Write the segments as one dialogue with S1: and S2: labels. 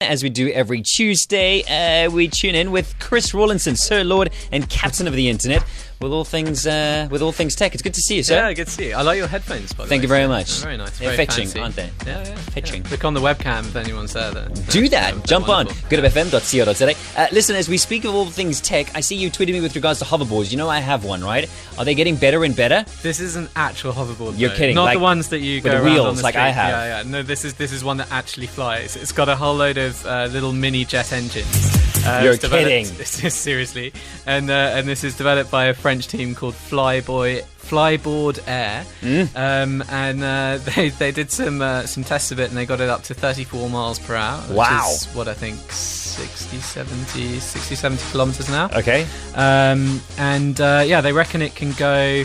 S1: As we do every Tuesday, uh, we tune in with Chris Rawlinson, Sir Lord and Captain of the Internet, with all things uh, with all things tech. It's good to see you, sir.
S2: Yeah, good to see you. I like your headphones, by the
S1: Thank
S2: way.
S1: you very much.
S2: Very nice.
S1: They're
S2: Very
S1: fetching,
S2: fancy.
S1: aren't they?
S2: Yeah, yeah.
S1: Fetching.
S2: Yeah. Look on the webcam if anyone's there. uh, Then.
S1: Do that.
S2: They're- they're
S1: Jump on.
S2: wonderful.
S1: Go to fm.co.za. Uh, listen, as we speak of all things tech, I see you tweeted me with regards to hoverboards. You know I have one, right? Are they getting better and better?
S2: This is an actual hoverboard.
S1: You're
S2: though.
S1: kidding,
S2: Not
S1: like,
S2: the ones that you
S1: with
S2: go
S1: the
S2: around on
S1: wheels
S2: the
S1: like I
S2: street.
S1: have.
S2: Yeah, yeah. No, this is this is one that actually flies. It's got a whole load of uh, little mini jet engines. Uh,
S1: You're
S2: it's developed-
S1: kidding.
S2: This is seriously, and uh, and this is developed by a French team called Flyboy Flyboard Air,
S1: Mm.
S2: um, and uh, they they did some uh, some tests of it, and they got it up to 34 miles per hour. which
S1: Wow.
S2: is what I think 60, 70, 60, 70 kilometers an hour.
S1: Okay.
S2: Um, and uh, yeah, they reckon it can go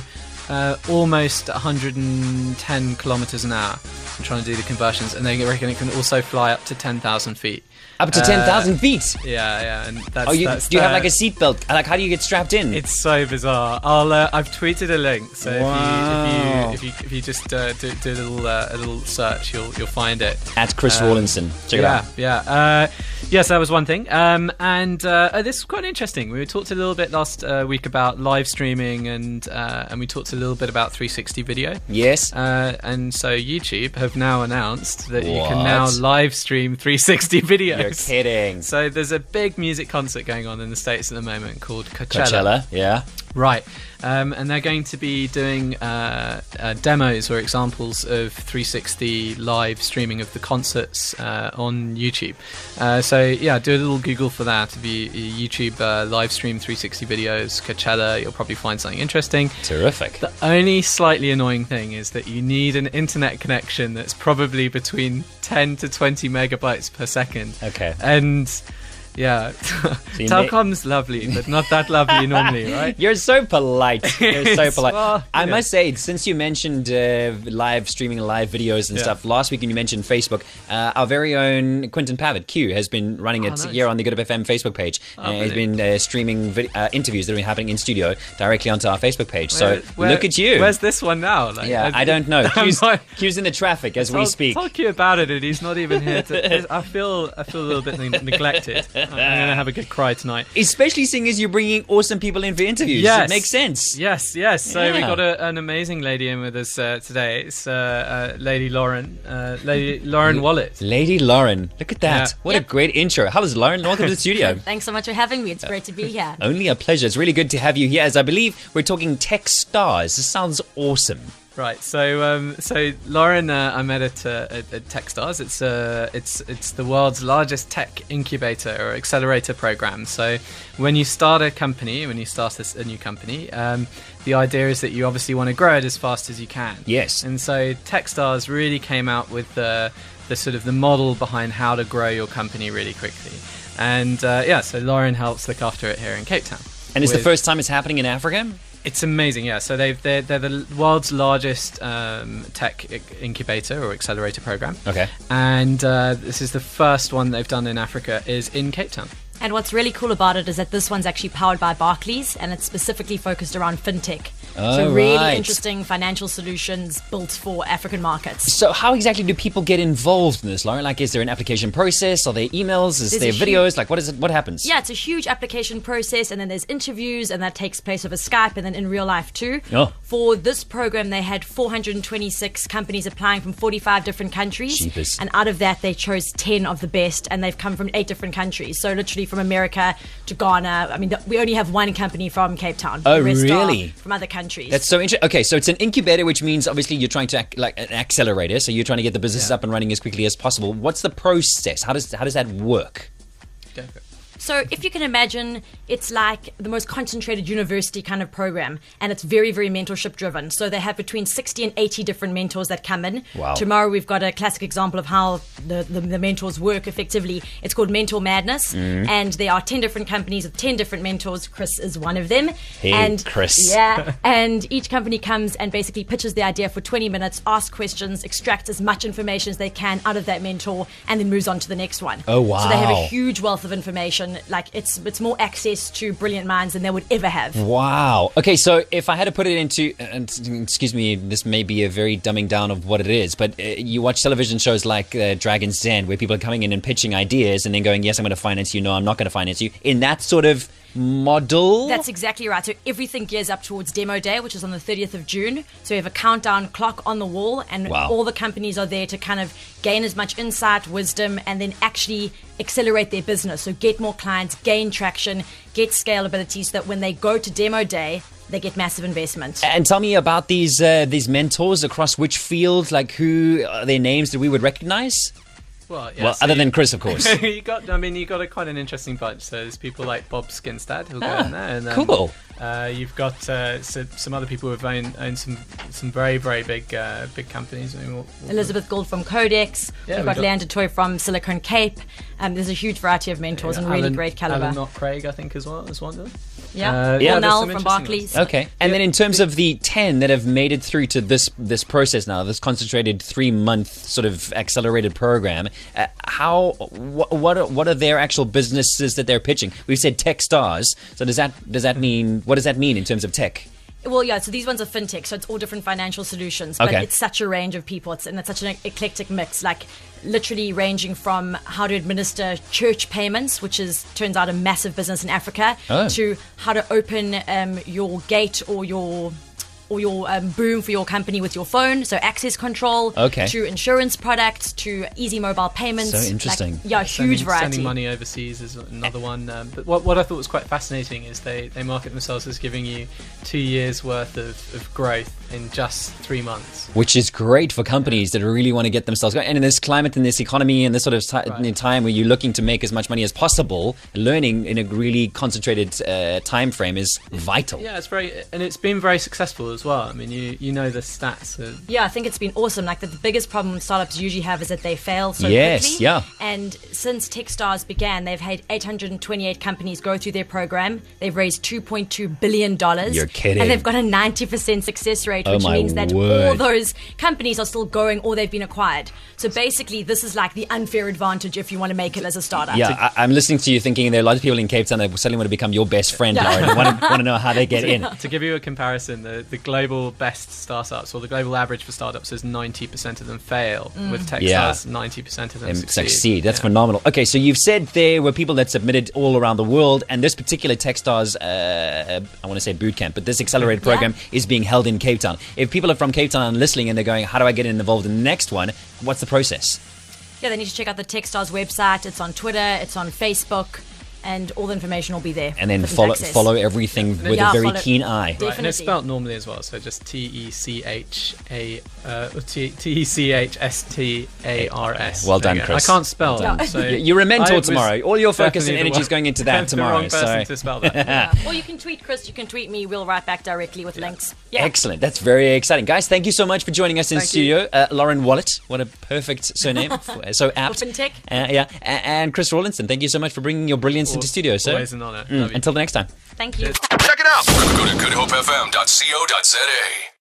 S2: uh, almost 110 kilometers an hour. I'm trying to do the conversions, and they reckon it can also fly up to 10,000 feet.
S1: Up to
S2: Uh,
S1: 10,000 feet.
S2: Yeah, yeah, and that's.
S1: Oh, you,
S2: that's
S1: do you have
S2: their-
S1: like a seatbelt? Like, how do you get strapped in?
S2: It's so bizarre. I'll uh, I've tweeted a link, so
S1: Wow.
S2: if, you, if you if you if you just uh, do, do a little uh, a little search, you'll you'll find it.
S1: At Chris
S2: um,
S1: Rawlinson. Check it
S2: yeah,
S1: out.
S2: yeah. Uh, yes, that was one thing. Um, and uh, oh, this was quite interesting. We talked a little bit last uh, week about live streaming, and uh, and we talked a little bit about 360 video.
S1: Yes.
S2: Uh, and so YouTube have now announced that you can
S1: What?
S2: now live stream 360 videos.
S1: You're kidding.
S2: So there's a big music concert going on in the states at the moment called
S1: Coachella. Yeah.
S2: Right, um, and they're going to be doing uh, uh, demos or examples of 360 live streaming of the concerts uh, on YouTube. Uh, so yeah, do a little Google for that. If you you YouTube uh, live stream 360 videos, Coachella, you'll probably find something interesting.
S1: Terrific.
S2: The only slightly annoying thing is that you need an internet connection that's probably between 10 to 20 megabytes per second.
S1: Okay.
S2: And yeah,
S1: you
S2: Telcom's lovely, but not that lovely normally, right?
S1: You're so polite. You're so
S2: It's-
S1: polite.
S2: well,
S1: I
S2: you know.
S1: must say, since you mentioned uh, live streaming, live videos and
S2: Yeah.
S1: stuff last week, and you mentioned Facebook, uh, our very own Quentin Pavitt Q has been running a
S2: Oh, nice. Oh,
S1: year on the Good Up FM Facebook page. uh, he's been
S2: brilliant.
S1: uh, streaming vid- uh, interviews that have been happening in studio directly onto our Facebook page.
S2: Where-
S1: so
S2: where-
S1: look at you.
S2: Where's this one now? Like,
S1: yeah, I don't know.
S2: I'm
S1: Q's,
S2: not-
S1: Q's in the traffic as we
S2: I'll
S1: speak.
S2: Talk you about it, and he's not even here. To, I feel I feel a little bit ne- neglected. I'm gonna have a good cry tonight.
S1: Especially seeing as you're bringing awesome people in for interviews. It
S2: Yes.
S1: makes sense.
S2: Yes, yes. So we
S1: Yeah.
S2: got a, an amazing lady in with us uh, today. It's uh, uh, Lady Lauren, uh, Lady Lauren Wallet.
S1: Lady Lauren, look at that.
S2: Yeah.
S1: What a
S3: Yep.
S1: great intro. Hello, Lauren. Welcome to the studio.
S3: Thanks so much for having me. It's great to be here.
S1: Only a pleasure. It's really good to have you here, as I believe we're talking tech stars. This sounds awesome.
S2: Right. So, um, so Lauren, uh, I met at, uh, at, at TechStars. It's uh, it's it's the world's largest tech incubator or accelerator program. So, when you start a company, when you start a, s- a new company, um, the idea is that you obviously want to grow it as fast as you can.
S1: Yes.
S2: And so, TechStars really came out with the the sort of the model behind how to grow your company really quickly. And uh, yeah, so Lauren helps look after it here in Cape Town.
S1: And it's the
S2: with-
S1: first time it's happening in Africa?
S2: it's amazing, yeah. So they've, they're, they're the world's largest um, tech i- incubator or accelerator program.
S1: Okay.
S2: And uh, this is the first one they've done in Africa, is in Cape Town.
S3: And what's really cool about it is that this one's actually powered by Barclays and it's specifically focused around fintech.
S1: Oh,
S3: so, really
S1: right.
S3: interesting financial solutions built for African markets.
S1: So, how exactly do people get involved in this, Lauren? Like, is there an application process? Are there emails? Is
S3: There's
S1: there
S3: a huge-
S1: videos? Like, what is it? What happens?
S3: Yeah, it's a huge application process, and then there's interviews, and that takes place over Skype and then in real life too.
S1: Oh.
S3: For this program, they had 426 companies applying from 45 different countries.
S1: Jeepers.
S3: And out of that, they chose 10 of the best, and they've come from eight different countries. So, literally from America to Ghana. I mean, th- we only have one company from Cape Town.
S1: Oh,
S3: The rest are
S1: really?
S3: From other countries.
S1: That's so interesting. Okay, so it's an incubator, which means obviously you're trying to act like an accelerator. So you're trying to get the businesses
S2: Yeah.
S1: up and running as quickly as possible. What's the process? How does how does that work?
S3: So, if you can imagine, it's like the most concentrated university kind of program, and it's very, very mentorship driven. So, they have between 60 and 80 different mentors that come in.
S1: Wow.
S3: Tomorrow, we've got a classic example of how the, the, the mentors work effectively. It's called Mentor Madness,
S1: Mm-hmm.
S3: and there are 10 different companies with 10 different mentors. Chris is one of them.
S1: Hey,
S3: and
S1: Chris.
S3: Yeah, and each company comes and basically pitches the idea for 20 minutes, asks questions, extracts as much information as they can out of that mentor, and then moves on to the next one.
S1: Oh,
S3: So, they have a
S1: wow.
S3: huge wealth of information. education. Like it's it's more access to brilliant minds than they would ever have.
S1: Wow. Okay, so if I had to put it into, uh, and excuse me, this may be a very dumbing down of what it is, but uh, you watch television shows like uh, Dragon's Den, where people are coming in and pitching ideas and then going, yes, I'm going to finance you, no, I'm not going to finance you, in that sort of model.
S3: That's exactly right. So everything gears up towards demo day, which is on the 30th of June. So we have a countdown clock on the wall, and
S1: Wow.
S3: all the companies are there to kind of gain as much insight, wisdom, and then actually accelerate their business. So get more clients, gain traction, get scalability so that when they go to demo day, they get massive investment.
S1: and tell me about these uh, these mentors across which fields, like who are their names that we would recognize?
S2: Well, yeah,
S1: well,
S2: so
S1: other than Chris, of course.
S2: you got. I mean, you got a quite an interesting bunch. So there's people like Bob Skinstad who'll
S1: Ah,
S2: go in there. And, um,
S1: cool.
S2: Uh, you've got uh, so, some other people who've owned, owned some some very very big uh, big companies. I mean, we'll- we'll-
S3: Elizabeth Gould from Codex.
S2: Yeah, we
S3: we've got,
S2: got-
S3: Leander Toy from Silicon Cape. Um, there's a huge variety of mentors and really
S2: Alan-
S3: great caliber.
S2: Alan, not Craig, I think, as well as one of them.
S3: yeah,
S2: Uh, yeah, there's some
S3: Cornell from
S2: interesting
S3: Barclays.
S1: Okay. And then in terms of the 10 that have made it through to this this process now, this concentrated 3-month sort of accelerated program, uh, how wh- what are, what are their actual businesses that they're pitching? We've said tech stars. So does that does that mean what does that mean in terms of tech?
S3: Well, yeah. So these ones are fintech, so it's all different financial solutions. But
S1: Okay.
S3: it's such a range of people, it's, and it's such an e-, eclectic mix. Like literally ranging from how to administer church payments, which is turns out a massive business in Africa,
S1: Oh.
S3: to how to open um, your gate or your or your um, boom for your company with your phone, so access control,
S1: Okay.
S3: to insurance products, to easy mobile payments.
S1: So
S3: like,
S1: interesting.
S3: yeah, huge
S2: sending,
S3: variety.
S2: Sending money overseas is another one. Um, but what, what I thought was quite fascinating is they, they market themselves as giving you two years worth of, of growth in just three months.
S1: Which is great for companies that really want to get themselves going. And in this climate and this economy and this sort of ti
S2: Right.
S1: time where you're looking to make as much money as possible, learning in a really concentrated uh, time frame is vital.
S2: Yeah, it's very and it's been very successful as well. I mean, you you know the stats. Of,
S3: Yeah, I think it's been awesome. Like the, the biggest problem startups usually have is that they fail so
S1: Yes,
S3: quickly.
S1: yeah.
S3: And since TechStars began, they've had 828 companies go through their program. They've raised 2.2 billion dollars.
S1: You're kidding.
S3: And they've got a 90% success rate,
S1: Oh
S3: which
S1: my
S3: means that all
S1: word.
S3: those companies are still going or they've been acquired. So basically, this is like the unfair advantage if you want to make it as a startup.
S1: Yeah, I, I'm listening to you thinking there are a lot of people in Cape Town that suddenly want to become your best friend,
S3: Yeah.
S1: Lauren. want, to, want to know how they get in.
S2: to give you a comparison, the, the global best startups or the global average for startups is ninety percent of them fail. With
S1: Yeah.
S2: TechStars, ninety percent of them
S1: And
S2: succeed.
S1: succeed. That's
S2: Yeah.
S1: phenomenal. Okay, so you've said there were people that submitted all around the world, and this particular Techstars, uh, I want to say boot camp, but this accelerated
S3: Yeah.
S1: program is being held in Cape Town. If people are from Cape Town and listening and they're going, how do I get involved in the next one? What's the process?
S3: yeah, they need to check out the TechStars website. It's on Twitter, it's on Facebook, and all the information will be there.
S1: And then
S3: for them to
S1: follow
S3: access.
S1: follow everything with
S3: Yeah,
S1: a very
S3: follow-
S1: keen eye.
S2: Right, and it's
S3: Definitely.
S2: spelled normally as well, so just T E C H A uh, or T E C H S T A R S.
S1: Well
S2: There
S1: done,
S2: you go.
S1: Chris.
S2: I can't spell.
S3: Yeah.
S2: So
S1: Y- You're a mentor
S2: I was
S1: tomorrow. All your focus and
S2: definitely the
S1: energy is
S2: wrong-
S1: going into that
S2: the
S1: tomorrow.
S2: wrong person
S1: so.
S2: to spell that.
S3: Or you can tweet Chris, you can tweet me, we'll write back directly with links. Yeah.
S1: Excellent. That's very exciting. Guys, thank you so much for joining us in
S2: Thank you.
S1: studio. Uh, Lauren Wallet, what a perfect surname. f- so apt.
S3: Whoopentech.
S1: Uh, yeah. A- And Chris Rawlinson, thank you so much for bringing your brilliance into studio, sir.
S2: Always an honour.
S1: Mm, Until the next time.
S3: Thank you.
S4: Check it out. Go to goodhopefm.co.za.